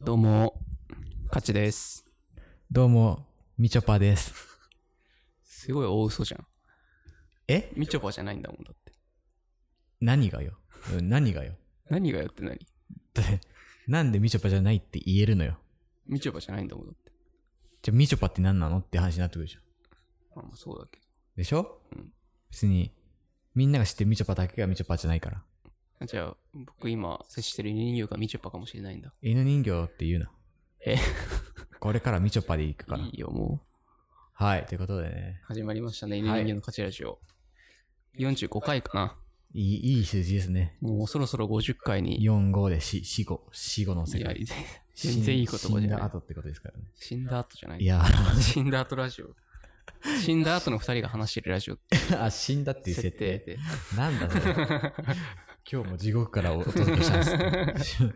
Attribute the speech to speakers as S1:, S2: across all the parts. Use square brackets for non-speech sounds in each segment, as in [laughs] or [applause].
S1: どうも、カチです。
S2: どうも、みちょぱです。
S1: すごい大嘘じゃん。
S2: え
S1: みちょぱじゃないんだもんだって。
S2: 何がようん何がよ [laughs]
S1: 何がよって何
S2: だってなんでみちょぱじゃないって言えるのよ
S1: みちょぱじゃないんだもんだって。
S2: じゃあみちょぱって何なのって話になってくるじゃん。
S1: まあまあそうだけ
S2: でしょ、
S1: うん
S2: 別に、みんなが知ってるみちょぱだけがみちょぱじゃないから。
S1: ど。じゃあ、僕今接してる人形がみちょぱかもしれないんだ。
S2: 犬人形って言うな。
S1: え
S2: これからみちょぱで行くから。
S1: いいよ、もう。
S2: はい、ということでね。
S1: 始まりましたね、犬人形のカチラジオ。45回かな。
S2: いいいい数字ですね。
S1: もうそろそろ50回に。
S2: 4、5で4、4、5、4、5の世
S1: いや
S2: 界。
S1: 全然いい言葉
S2: 死
S1: じ
S2: ん
S1: ゃ
S2: だ
S1: ない
S2: 後。ってことですからね。
S1: 死んだ後じゃないい。
S2: や [laughs] ー
S1: 死んだ後ラジオ。死んだ後の2人が話してるラジオって
S2: あ、死んだっていう
S1: 設
S2: 設定
S1: 定。で。
S2: なんだ
S1: [laughs]
S2: それ。今日も地獄からお届けしたんです、ね、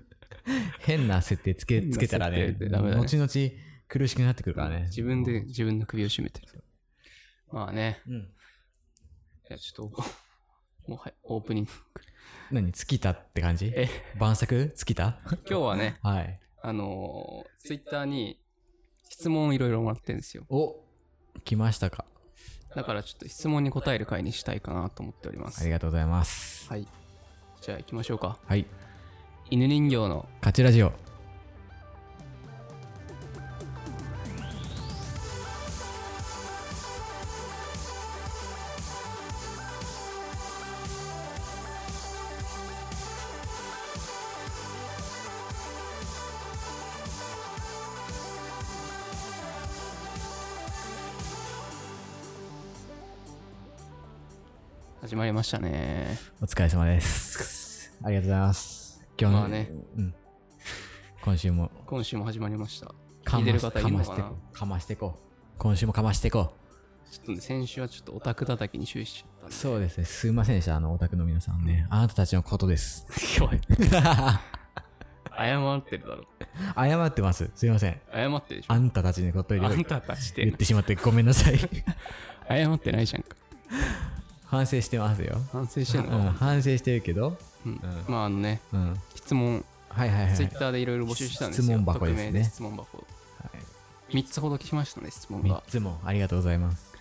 S2: 変な設定つけつけたら
S1: 変な
S2: ね
S1: 設定ってダメだね
S2: 後々苦しくなってくるからね
S1: 自分で自分の首を絞めてる。まあね、
S2: うん
S1: いやちょっと、もうはい、オープニング。
S2: 何尽きたって感じ
S1: え
S2: 晩作尽き
S1: [laughs]
S2: た
S1: 今日はね、
S2: はい
S1: あのツイッター Twitter に質問をいろいろもらってるんですよ。
S2: お来ましたか
S1: だからちょっと質問に答える回にしたいかなと思っておりま
S2: あ
S1: す
S2: り。がとうございます
S1: はい。じゃあ行きましょうか。
S2: はい
S1: 犬人形の
S2: カチラジオ
S1: 始まりましたね。
S2: お疲れ様ですありがとうございます今日の、
S1: まあね
S2: うん、今週も
S1: 今週も始まりました。
S2: か
S1: 聞いて
S2: ま
S1: る
S2: し
S1: 方い
S2: か
S1: る
S2: ま
S1: の
S2: し
S1: か
S2: て
S1: な
S2: こうかましてこう今週もかましてこ
S1: ちょっとね、先週はちょっとオタク叩きに終始しちゃったん
S2: う
S1: で。
S2: そうですねすいませんでしたあのオタクの皆さんねあなたたちのことです
S1: [laughs] 今日謝ってるだろ。
S2: 謝ってます。すいません。
S1: 謝ってるでしょ。
S2: あんたたちのことよ
S1: あん
S2: り
S1: たたちで
S2: 言ってしまってごめんなさ
S1: [laughs]
S2: い。
S1: 謝ってないじゃんか。
S2: 反省してますよ。
S1: 反省して
S2: うん
S1: のか、
S2: 反省してるけど、
S1: うん
S2: ん
S1: まああのね、
S2: うん。
S1: 質問、
S2: はいはいはい。
S1: ツイッターでいろいろ募集したんですよ。
S2: 質問箱ですね
S1: 匿名質問箱。3つほど来ましたね、質問
S2: 3
S1: が。
S2: つもありがとうございます。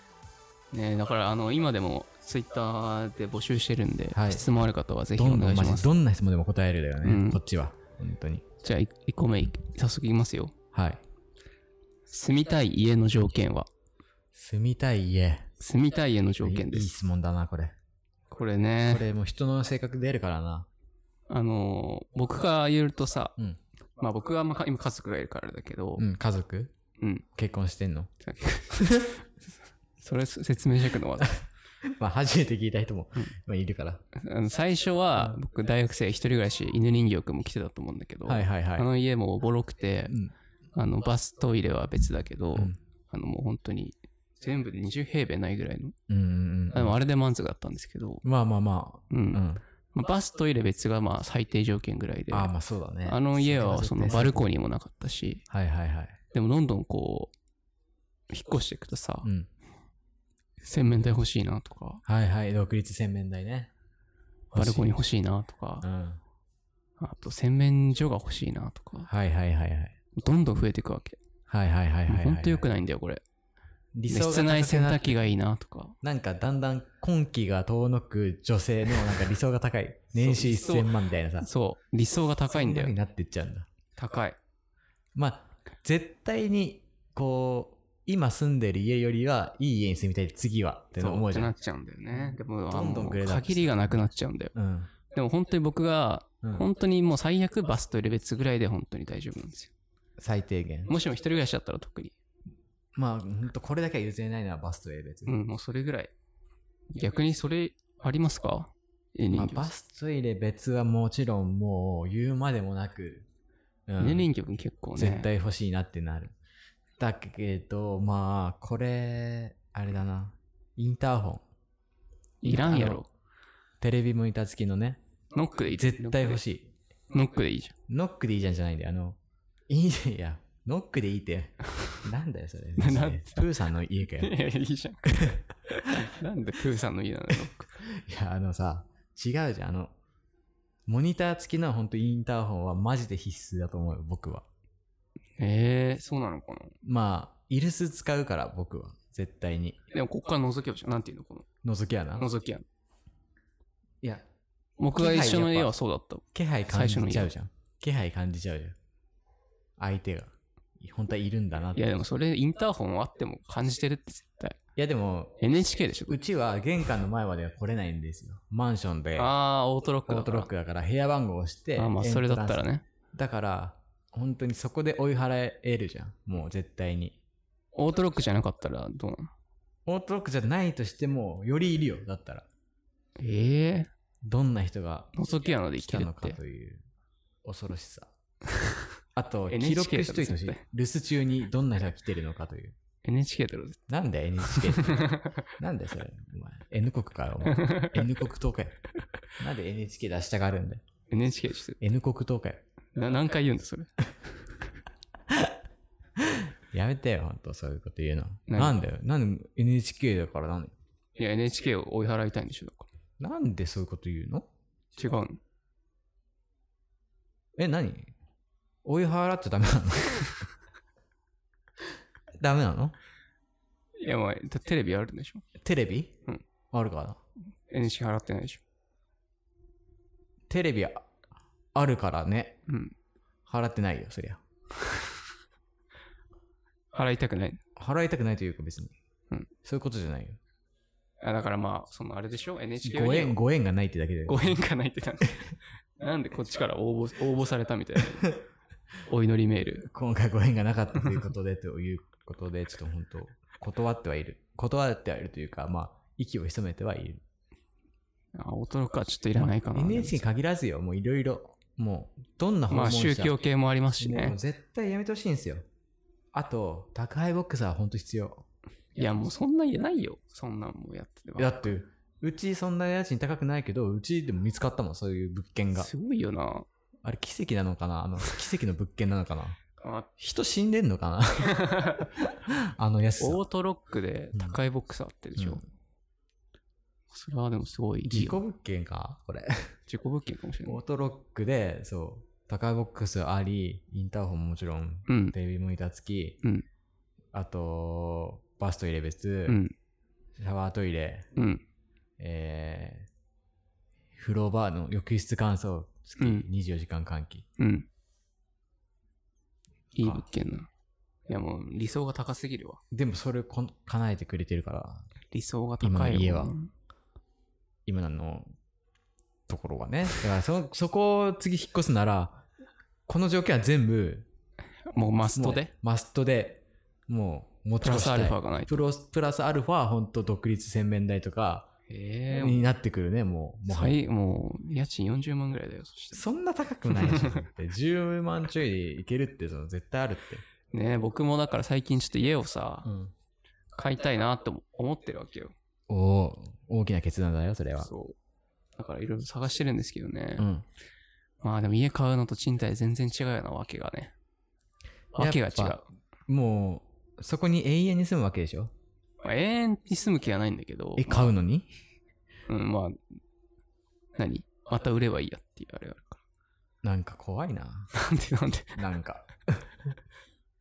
S1: ね、だからあの今でもツイッターで募集してるんで、
S2: はい
S1: 質問ある方はぜひ
S2: ど
S1: お
S2: んど
S1: 願
S2: ん
S1: いし
S2: マジ
S1: ま。
S2: ですどんな質問でも答えるだよね、
S1: うん
S2: こっちは。本当に。
S1: じゃあ1個目、早速いきますよ。
S2: はい。
S1: 住みたい家の条件は
S2: 住みたい家。
S1: 住みたい家の条件で
S2: いいい
S1: す。
S2: 質問だな、これ。
S1: これ
S2: こ
S1: ね、
S2: れもう人の性格出るからな。
S1: あのー、僕から言うとさ、
S2: うん。
S1: まあ僕はまあ今家族がいるからだけど
S2: う、ん、家族
S1: うん。 [laughs]
S2: 結婚してんの
S1: それ説明してくのは、 [laughs]
S2: まあ初めて聞いた人も、まあ、いるから。
S1: あの最初は僕大学生一人暮らし犬人形くんも来てたと思うんだけど、
S2: はいはい
S1: あ
S2: は
S1: の家もおぼろくて
S2: い。う、ん。
S1: あのバストイレは別だけど、
S2: うん
S1: あのもう本当に全部で20平米ないぐらいの、
S2: うんう
S1: あ
S2: んう
S1: で
S2: ん。
S1: もあれで満足だったんですけど、
S2: まあまあま
S1: うん
S2: あ。うん。
S1: まあバストイレ別がまあ最低条件ぐらいで、
S2: ああ、まあそうだね。
S1: あの家はそのバルコニーもなかったし、
S2: はいはいはい。
S1: でもどんどんこう、引っ越していくとさ、
S2: うん。
S1: 洗面台欲しいなとか、
S2: はいはい、独立洗面台ね。
S1: バルコニー
S2: 欲し
S1: 欲しいなとか
S2: い。う、ん。
S1: あと洗面所が欲しいなとか、
S2: はいはいはいはい。
S1: どんどん増えていくわけ。
S2: はいはいはいはいはい。
S1: ほんと良くないんだよ、これ。
S2: 理想が
S1: 室内洗濯
S2: 機。
S1: 機がいいなとか。
S2: なんかだんだん今期が遠のく女性のなんか理想が高い。年収
S1: 理想
S2: 1000万みたいなさ。
S1: そう、理想が高いんだ
S2: そ
S1: よ
S2: に。なってっちゃうんだ。
S1: 高い。
S2: まあ、絶対に、こう、今住んでる家よりはいい家に住みたい次はって
S1: そう
S2: 思うじゃ
S1: っ
S2: ん。
S1: てなっちゃうんだよね。でも、
S2: どんどん
S1: あの
S2: グレードアップ
S1: 限りがなくなっちゃうんだよ。
S2: うん。
S1: でも本当に僕が、
S2: うん
S1: 本当にもう最悪バスとレベツぐらいで本当に大丈夫なんですよ。
S2: 最低限。
S1: もしも一人暮らしだったら特に。
S2: まあ、ほんとこれだけは譲れないのはバスとええ別に
S1: う。ん、もうそれぐらい。逆にそれありますかえ人
S2: まあ、
S1: 形さん
S2: バストイレ別はもちろんもう言うまでもなく、うん
S1: ね、人形くん結構ね。
S2: 絶対欲しいなってなる。だけど、まあ、これ、あれだな。インターホン。
S1: いらんやろ。
S2: テレビモニター付きのね。
S1: ノックでいい。
S2: 絶対欲しい。
S1: ノックでいいじ
S2: ノックでいいじゃんじゃないんだよ。あの、いいじゃん。いや、ノックでいい
S1: [laughs]
S2: って。なんだよ、それ。
S1: なんだ
S2: プーさんの家か
S1: ゃん。
S2: よ。
S1: いや、いいじゃん。なん [laughs] でプーさんの家なのノック。
S2: いや、あのさ、違うじゃん。あの、モニター付きの本当インターホンはマジで必須だと思うよ、僕は。
S1: えー、そうなのかな
S2: まあ、イルス使うから、僕は。絶対に。
S1: でもここから覗けばしょなんていうのこ
S2: 覗き穴
S1: の覗きやん
S2: いや、
S1: 僕が一緒の家はそうだった
S2: 気配感じちゃうじゃん。気配感じちゃうじゃん。相手が。本当はいるんだなっ
S1: い
S2: て。
S1: やでもそれインターホンあっても感じてるって絶対
S2: いやでも、
S1: NHK でしょ
S2: うちは玄関の前までは来れないんですよ。マンションで、オ
S1: ああーオートロックだ
S2: ー
S1: か
S2: ト
S1: ら
S2: ロックだから部屋番号をして、
S1: あーまあそれだったら
S2: エントン
S1: ね
S2: ス。だから、本当にそこで追い払えるじゃん。もう絶対に。
S1: オートロックじゃなかったらどうなの
S2: オートロックじゃないとしても、よりいるよ。だったら。
S1: ええ
S2: どんな人が
S1: ー、覗き穴で
S2: 来
S1: 生き
S2: た
S1: る
S2: の
S1: っ
S2: か
S1: て
S2: という恐ろし
S1: [laughs]
S2: さ。あと、記
S1: NHK
S2: 録しといてほしい
S1: だろ絶。
S2: 留守中にどんな人が来てるのかという。
S1: NHK だろ絶
S2: なんだよ NHK って。
S1: [laughs]
S2: なんだよそれ。お前。N 国かよ。お前 N 国党かよ。なんで NHK 出したがるんだよ。
S1: 対 NHK してる
S2: N 国党かよ。
S1: な何回言うんだそれ
S2: やめてよ、ほんと、そういうこと言うの。
S1: 何
S2: なんだよ。なんで NHK だからなんだよ
S1: いや NHK を追い払いたいんでしょだか
S2: なんでそういうこと言うの
S1: ら違うの
S2: え、何追い払っちゃダメなの [laughs] ダメなの
S1: いやまあだテレビあるんでしょ
S2: テレビ、
S1: うん
S2: あるかな
S1: NHK 払ってないでしょ
S2: テレビああるからね。
S1: うん
S2: 払ってないよ、そりゃ。
S1: 払いたくない
S2: 払いたくないというか別に。
S1: うん
S2: そういうことじゃないよ。
S1: あだからまあそのあれでしょ NHK
S2: ご
S1: より
S2: 縁、ご縁がないってだけだよ。
S1: ご縁がないってなんで [laughs] なんでこっちから応募応募されたみたいな
S2: [laughs]
S1: お祈りメール
S2: 今回ご縁がなかったということで、 [laughs] ということで、ちょっと本当、断ってはいる。断ってはいるというか、まあ、息を潜めてはいる。
S1: あオートロックはちょっといらないかな、
S2: まあ NHK に限らずよ、もういろいろ、もう、どんな訪
S1: ま
S2: 問
S1: あ
S2: 者、
S1: 宗教系もありますし
S2: も
S1: ね
S2: う絶対やめてほしいんですよ。あと、宅配ボックスは本当必要。
S1: いやもうそんなんいないよそんなんもうやっててば
S2: だって、うちそんな家賃高くないけど、うちでも見つかったもん、そういう物件が。
S1: すごいよな
S2: あれ奇跡なのかな
S1: [laughs]
S2: あの、奇跡の物件なのかな
S1: あ
S2: 人死んでんのかな
S1: [laughs]
S2: あの安さ。
S1: オートロックで高いボックスあってでしょ、
S2: うん
S1: それはでもすごいいい
S2: 事
S1: よ
S2: 故物件かこれ。
S1: 自己物件かもしれない
S2: オートロックで、そう、高いボックスあり、インターホンももちろん、
S1: うん
S2: テレビモニター付き、
S1: うん
S2: あと、バストイレ別、
S1: うん
S2: シャワートイレ、
S1: うん
S2: えー、風呂場の浴室乾燥付き、
S1: うん
S2: 24時間換気。
S1: うんいい物件ないやもう理想が高すぎるわ
S2: でもそれこん叶えてくれてるから、
S1: 理想が高いもん
S2: 今の家は今のあのところがね。
S1: [laughs]
S2: だからそ、そこを次引っ越すなら、この条件は全部、
S1: もうマスト
S2: も
S1: で
S2: うマストで、もう持ち
S1: プ
S2: 越
S1: ラ
S2: し
S1: ス
S2: た
S1: ア
S2: い
S1: ルファがないと
S2: プロスプラスアルファは本当独立洗面台とか
S1: ええ
S2: になってくるね、もう。もはや
S1: 最もう家賃40万ぐらいだよそして
S2: そんな高くないでしょ。だって10万ちょいでいけるって、その絶対あるって。
S1: ねえ僕もだから最近ちょっと家をさ、
S2: うん、
S1: 買いたいなって思ってるわけよ
S2: おお、大きな決断だよ、それは。
S1: そうだからいろいろ探してるんですけどね、
S2: うん。
S1: まあでも家買うのと賃貸全然違うよなわけがねわけが違う
S2: やっぱもう、そこに永遠に住むわけでしょ。
S1: まあ永遠に住む気はないんだけど
S2: え、買うのに
S1: うんまあ何また売ればいいやっていうあれがあるか
S2: なんか怖いな。
S1: らなんでなんで
S2: [laughs] なんか、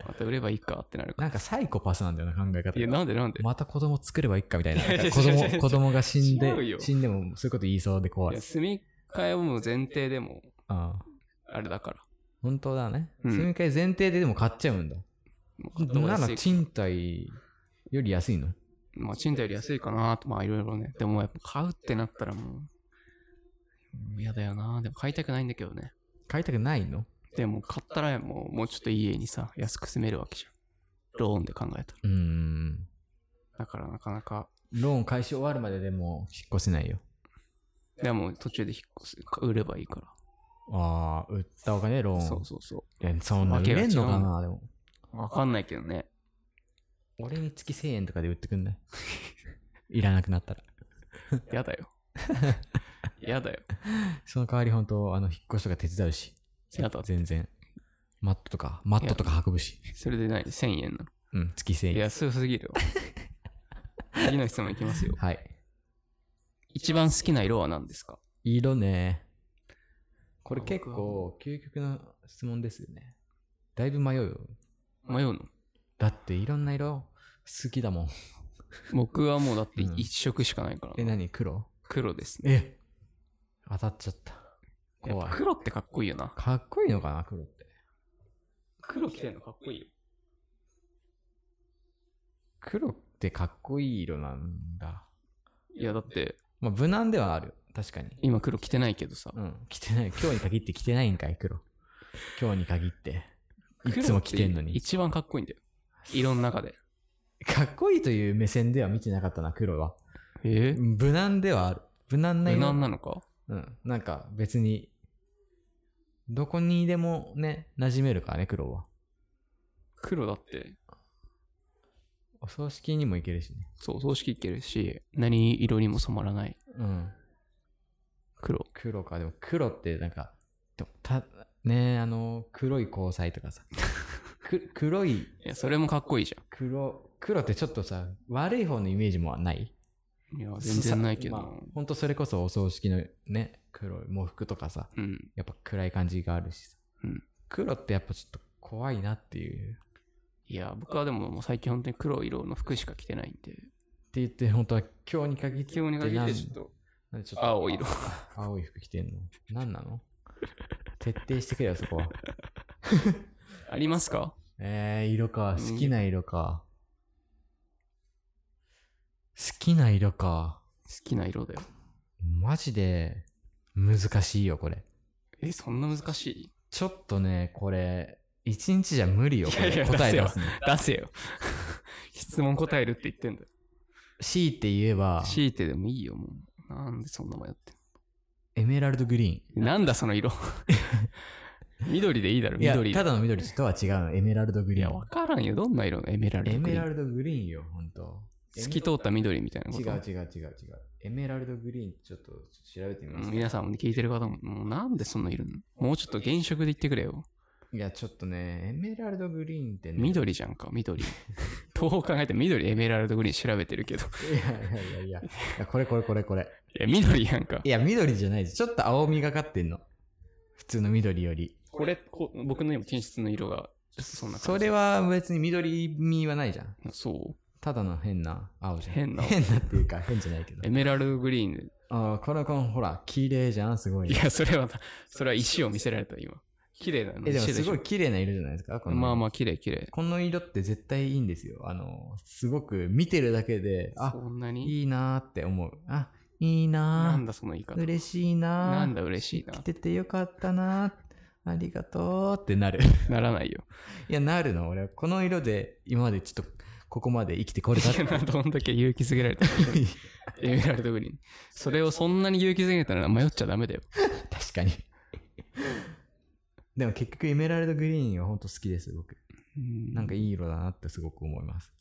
S1: また売ればいいかってなるか
S2: なんかサイコパスなんだよな、考え方
S1: らいや
S2: が。
S1: なんでなんで、
S2: また子供作ればいいかみたいな。
S1: いや
S2: なんか
S1: い
S2: 子
S1: やいやいや [laughs]
S2: 供、子供が死ん
S1: 違う
S2: で
S1: よ、
S2: 死んでもそういうこと言いそうで怖
S1: い
S2: い
S1: や。住み替えをもう前提でも
S2: うん。
S1: あれだから
S2: 本当だね。
S1: うん
S2: 住み替え前提ででも買っちゃうんだ。
S1: もう買った方が
S2: な
S1: 安い
S2: ら賃貸より安いの
S1: まあ、賃貸より安いかなと、まあ、いろいろね。でも、やっぱ買うってなったらもう、うん嫌だよな。でも、買いたくないんだけどね。
S2: 買いたくないの
S1: でも、買ったらもう、もうちょっといい家にさ、安く住めるわけじゃん。ローンで考えたら。
S2: うーん。
S1: だから、なかなか、
S2: ローン開始終わるまででも引っ越せないよ。
S1: でも、途中で引っ越す、売ればいいか
S2: ああ、売ったお金でロー
S1: ら。
S2: ン。
S1: そうそうそ
S2: いやそんな
S1: わ
S2: 売
S1: けが違
S2: れ
S1: うん
S2: のかなでも。
S1: う。わかんないけどね。
S2: 俺に月1000円とかで売ってくんない [laughs] いらなくなったら。
S1: 嫌だ [laughs] よ。嫌だよ。
S2: その代わり本当あの、引っ越しとか手伝うし。
S1: やだって
S2: 全然。マットとか、マットとか運ぶし。
S1: それで何 ?1000 円な
S2: うん、月1000
S1: の。
S2: 円。
S1: 安すぎるわ。次の質問いきますよ。
S2: はい。
S1: 一番好きな色は何ですか
S2: 色ね。これ結
S1: 僕はも
S2: 構、究極の質問ですよね。だいぶ迷うよ。
S1: 迷うの
S2: だっていろんな色好きだもん。
S1: 僕はもうだって
S2: うん
S1: 一色しかないからな、
S2: え、何黒
S1: 黒ですね。
S2: え当たっちゃった。
S1: やっ
S2: 怖
S1: ぱ
S2: い。
S1: 黒ってかっこいいよな。
S2: かっこいいのかな、黒って。
S1: 黒着てるのかっこいいよ。
S2: 黒ってかっこいい色なんだ。
S1: いやだって
S2: まあ、無難ではある。確かに。
S1: 今黒着てないけどさ。
S2: うん。着てない。今日に限って着てないんかい、黒。今日に限って。い
S1: 黒って
S2: つも着てんのに。
S1: 一番かっこいいんだよ。色の中で。
S2: かっこいいという目線では見てなかったな、黒は。
S1: え
S2: 無難ではある。無難な
S1: 無
S2: 色。
S1: 難なのか
S2: うん。なんか別に、どこにでもね、馴染めるからね、黒は。
S1: 黒だって、
S2: お葬式にも行けるしね。
S1: そう、葬式いけるし、何色にも染まらない。
S2: うん。
S1: 黒。
S2: 黒か。でも黒ってなんか、とたねえあの、黒い交際とかさ。く黒い、
S1: いや、それもかっこいいじ
S2: 黒、黒ってちょっとさ、悪い方のイメージもない
S1: ゃん。いや、全然ないけど
S2: ま
S1: な。
S2: あほんとそれこそお葬式のね、黒い喪服とかさ、
S1: うん。
S2: やっぱ暗い感じがあるしさ。
S1: うん
S2: 黒ってやっぱちょっと怖いなっていう。
S1: いや、僕はでももう最近本当に黒い色の服しか着てないんで。
S2: って言って、本当は今日に限って
S1: 今日に限って
S2: なん
S1: ちょっと。
S2: なんでちょっと
S1: 青色。
S2: 青い服着てんの何なの徹底してくれよ、そこは。
S1: ありますか
S2: えー、色か。好きな色か。好きな色か。
S1: 好きな色だよ。
S2: マジで難しいよ、これ。
S1: え、そんな難しい
S2: ちょっとね、これ、一日じゃ無理よ、こ
S1: いやいや
S2: れ。答え出すの。
S1: 出せよ。 [laughs] 質問答えるって言ってんだよ。
S2: 強いて言えば、
S1: 強いてでもいいよ、もう。なんでそんな迷って
S2: エメラルドグリ
S1: んのなんだその
S2: [laughs]
S1: 色。緑でいいだろ、
S2: ーン。いや
S1: 緑、で。
S2: ただの緑とは違うの。エメラルドグ
S1: い
S2: リー
S1: や、
S2: ン
S1: わ。からんよ。どんな色のエメラルド
S2: エ
S1: グ
S2: メ
S1: リーン
S2: ラルドグリーンよ、ほんと。
S1: 透き通った緑みたいなこ
S2: 違う
S1: と。
S2: 違う違う違う。エメラルドグリーンちょっと調べてみ
S1: う
S2: ます
S1: ん、皆さんも聞いてる方も、もうなんでそんないるのもうちょっと原色で言ってくれよ。
S2: いや、ちょっとね、エメラルドグリーンってね。
S1: 緑じゃんか、
S2: [laughs]
S1: 緑。東方考えて緑、エメラルドグリーン調べてるけど。
S2: いやいやいやいや。いやこれこれこれこれ。
S1: いや、緑やんか
S2: い。や、緑じゃないです。ちょっと青みがかってんの。普通の緑より。
S1: これ、こ僕の今、検出の色が、ちょっとそんな
S2: そ
S1: 感じ。
S2: れは別に緑みはないじゃん。
S1: そう。
S2: ただの変な青じゃん。
S1: 変な
S2: 変なっていうか、変じゃないけど
S1: エ。メラルドグリーンで
S2: ああ、このこのほら、綺麗じゃん、すごい。
S1: いや、それは、それは石を見せられた、今。綺麗なの。
S2: え、でも
S1: 石
S2: す
S1: しょ
S2: ごい綺麗な色じゃないですか、この。
S1: まあま
S2: あ。
S1: あ、綺麗綺麗。
S2: この色って絶対いいんですよ。あの、すごく見てるだけで、あ
S1: そ、んなに
S2: いいなーって思う。あ、いい
S1: な
S2: なんー。
S1: だ、その言い方。
S2: 嬉しいなー。
S1: なんだ、嬉しい
S2: 来
S1: な。
S2: ててよかったなありがとうって
S1: [laughs]
S2: なる
S1: ならないよ。
S2: いやなるの俺はこの色で今までちょっとここまで生きてこれたっ
S1: い
S2: て
S1: やなどんだけ勇気づけられたのエメラルドグリーン。それをそんなに勇気づけたら迷っちゃダメだよ。
S2: 確かに [laughs] でも結局エメラルドグリーンは本当好きです僕なんかいい色だなってすごく思います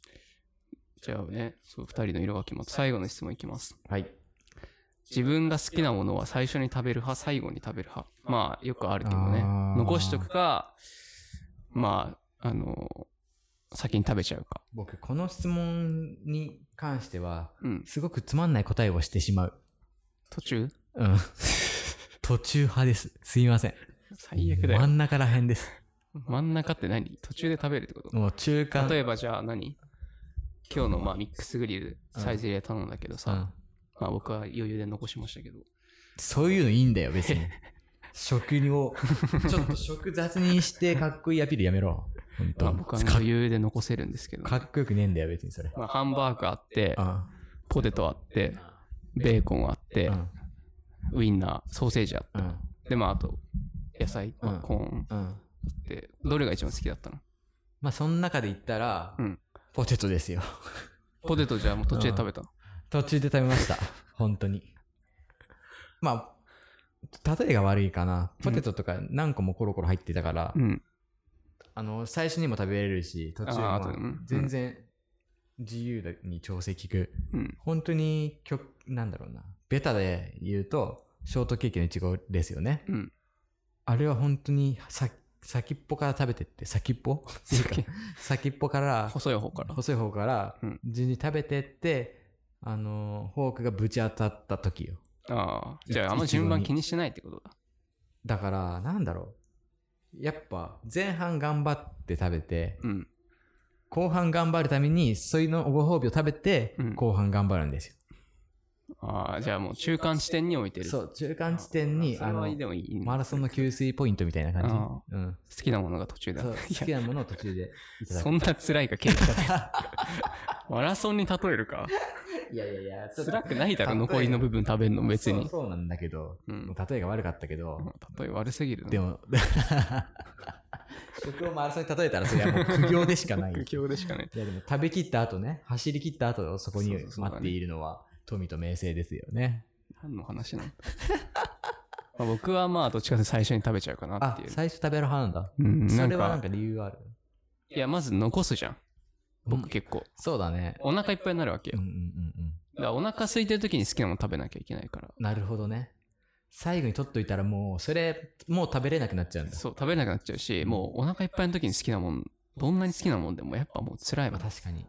S1: じゃあね、そう、二人の色が決まった。最後の質問いきます。
S2: はい
S1: 自分が好きなものは最初に食べる派、最後に食べる派。まあ、よくあるけどね
S2: あ。ー
S1: 残しとくか、まあ、あの、先に食べちゃうか。
S2: 僕この質問に関しては
S1: うん。
S2: すごくつまんない答えをしてしまう
S1: 途中
S2: うん [laughs] 途中派ですすいません
S1: 最悪だ
S2: 真
S1: よ。
S2: ん中らへんです
S1: 真ん中って何途中で食べるってこと
S2: もう中間
S1: 例え
S2: ば
S1: ばじゃあ何今日のまあミックスグリルサイズ入れ頼んだけどさ、
S2: うん
S1: まあ僕は余裕で残しましたけど。
S2: そういうのいいんだよ、別に。食を、ちょっと食雑にしてかっこいいアピールやめろ。ほんと
S1: まあ僕は
S2: か
S1: 余裕で残せるんですけど、
S2: かっこよくねえんだよ、別にそれ。
S1: まあハンバーグあって、
S2: あ
S1: ポテトあって、ベーコンあって
S2: う、ん。
S1: ウインナー、ソーセージあっ
S2: うん。
S1: て、でまああと野菜、
S2: うん
S1: コーン
S2: うん。
S1: って、どれが一番好きだったの
S2: まあ、その中で言ったら、
S1: うん
S2: ポテトですよ。 [laughs]
S1: ポテトじゃあもう途中で食べた。
S2: 途中で食べ
S1: [laughs]
S2: ました。本当に。まあ、例えが悪いかな。ポテトとか何個もコロコロ入ってたから、
S1: うん。
S2: あの、最初にも食べれるし、途中
S1: あーあとでも
S2: も
S1: うん
S2: 全然自由に調整効く。
S1: うん。
S2: 本当に曲なんだろうなベタで言うとショートケーキのいちごですよね
S1: うん。
S2: あれは本当にさ先っぽから食べてって先っぽっていうか [laughs] 先っぽから
S1: 細い方から。
S2: 細い方から
S1: うん
S2: 順に食べてって、あのフォークがぶち当たった時よ
S1: ああ。じゃああんま順番気にしないってことだ。
S2: だからなんだろうやっぱ前半頑張って食べて、
S1: うん。
S2: 後半頑張るために、そういうのご褒美を食べて
S1: うん、
S2: 後半頑張るんですよ。
S1: ああ、じゃあもう中間地点に置いてる。。
S2: そうう、中間地点に、
S1: あ
S2: あ
S1: の
S2: の、
S1: でもいいね
S2: マラソンの給水ポイントみたいな感じ。うん。
S1: 好きなものが途中で。
S2: そう、
S1: い
S2: 好き
S1: や、
S2: なものを途中でいただ
S1: そ
S2: く。
S1: んな辛いか、ケーキ食べてマラソンに例えるか
S2: いやいやいや、ちょっと
S1: 辛くないだろ、
S2: 例え
S1: 残りの部分食べんの、別に。
S2: そうそうなんだけど、
S1: うん。
S2: 例えが悪かったけど、
S1: 例え悪すぎるな。
S2: で [laughs] も、食をマラソンに例えたら、それはもう苦行でしかない。
S1: 苦行でしかない。
S2: いやでも食べきった後ね、走り切った後、そこに
S1: そうそうそう
S2: 待っているのは、富と名声ですよね。
S1: 何の話
S2: [laughs]
S1: なんだまあ僕はまあ、どっちかって最初に食べちゃうかなっ
S2: あ
S1: て、いう。
S2: 最初食べる派なんだ。
S1: うん、な
S2: そ
S1: ん
S2: れはなん
S1: か、
S2: か理由ある。
S1: いや、まず残すじゃん。
S2: う
S1: 僕
S2: ん
S1: 結構。
S2: そうだね。
S1: お腹いっぱいになるわけ
S2: う
S1: よ。
S2: んうんうんうん。
S1: だからお腹空いてる時に好きなもの食べなきゃいけないから。
S2: なるほどね。最後に取っといたらもう、それ、もう食べれなくなっちゃうんだ。
S1: そう、食べれなくなっちゃうし、もうお腹いっぱいの時に好きなもん、どんなに好きなもんでもやっぱもう辛い
S2: ま
S1: わ
S2: あ。確かに。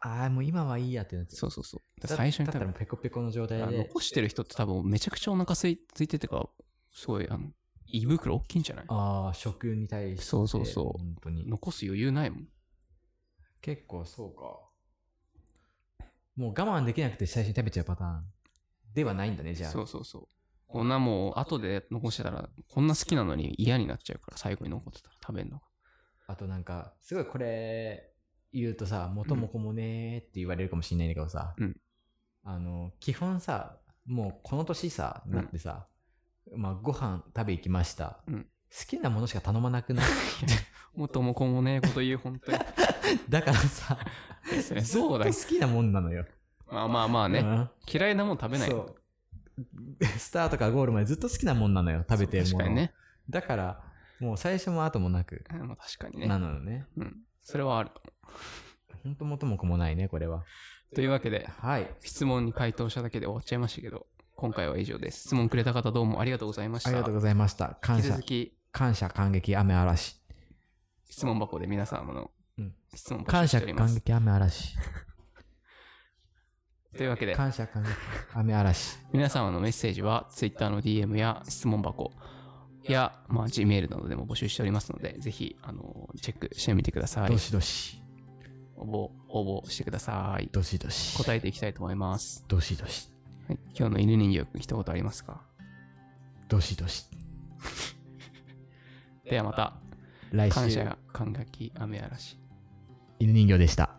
S2: ああ、もう今はいいやってなっちゃう。
S1: そうそうそう。だから最初に
S2: だ
S1: 食
S2: った
S1: べ
S2: らもうペコペコの状態
S1: あの
S2: で。
S1: 残してる人って多分めちゃくちゃお腹すいついててか、すごい、あの、胃袋大きいんじゃない
S2: ああ、食に対して。
S1: そうそうそう
S2: 本当に。
S1: 残す余裕ないもん。
S2: 結構そうか。もう我慢できなくて最初に食べちゃうパターンではないんだね、じゃあ。
S1: そうそうそう。こんなもう後で残してたら、こんな好きなのに嫌になっちゃうから、最後に残ってたら食べるのが。
S2: あとなんか、すごいこれ言うとさ、元も子もねーって言われるかもしれないんだけどさ、
S1: うん
S2: あの、基本さ、もうこの年さ、
S1: ん
S2: なってさ、まあご飯食べ行きました、
S1: うん
S2: 好きなものしか頼まなくない [laughs]
S1: 元も子もねえこと言う、本当に。
S2: だから
S1: [laughs]
S2: さ、
S1: ですね
S2: [laughs]
S1: そうだ
S2: ずっと好きなもんなのよ。
S1: まあまあまあ
S2: う
S1: ね。
S2: ん
S1: 嫌いなもん食べない。
S2: そう。 [laughs] スタートからゴールまでずっと好きなもんなのよ、食べてる
S1: 確
S2: も
S1: か
S2: の。
S1: にね。
S2: だから、もう最初も後もなく、
S1: うんまあ確かに
S2: な
S1: ね。
S2: のよね。
S1: うん。それはある。
S2: ほんと元も子もないね、これは。
S1: というわけで、
S2: はい。
S1: 質問に回答しただけで終わっちゃいましたけど、今回は以上です。質問くれた方どうもありがとうございまし
S2: あ
S1: た。
S2: りがとうございました。感
S1: 引き
S2: 謝
S1: 続。き、
S2: 感謝、感激、雨嵐。
S1: 質問箱で皆様の
S2: うん
S1: 質問を募
S2: 感
S1: 集し
S2: 謝、
S1: ておりま
S2: 感
S1: す。
S2: 激、雨嵐。
S1: というわけで、
S2: 感謝、感激、雨嵐。
S1: 皆様のメッセージは Twitter の DM や質問箱や、まあ、Gmail などでも募集しておりますので、ぜひ、あの、チェックしてみてください
S2: ど。しどし。
S1: 応募、応募してください。
S2: どしどし。
S1: 答えていきたいと思います。
S2: どしどし。
S1: はい、今日の犬人形くん一言ありますか
S2: どしどし。
S1: ではまた、
S2: 来
S1: 感
S2: 週、
S1: 謝、感激、雨嵐。
S2: 犬人形でした。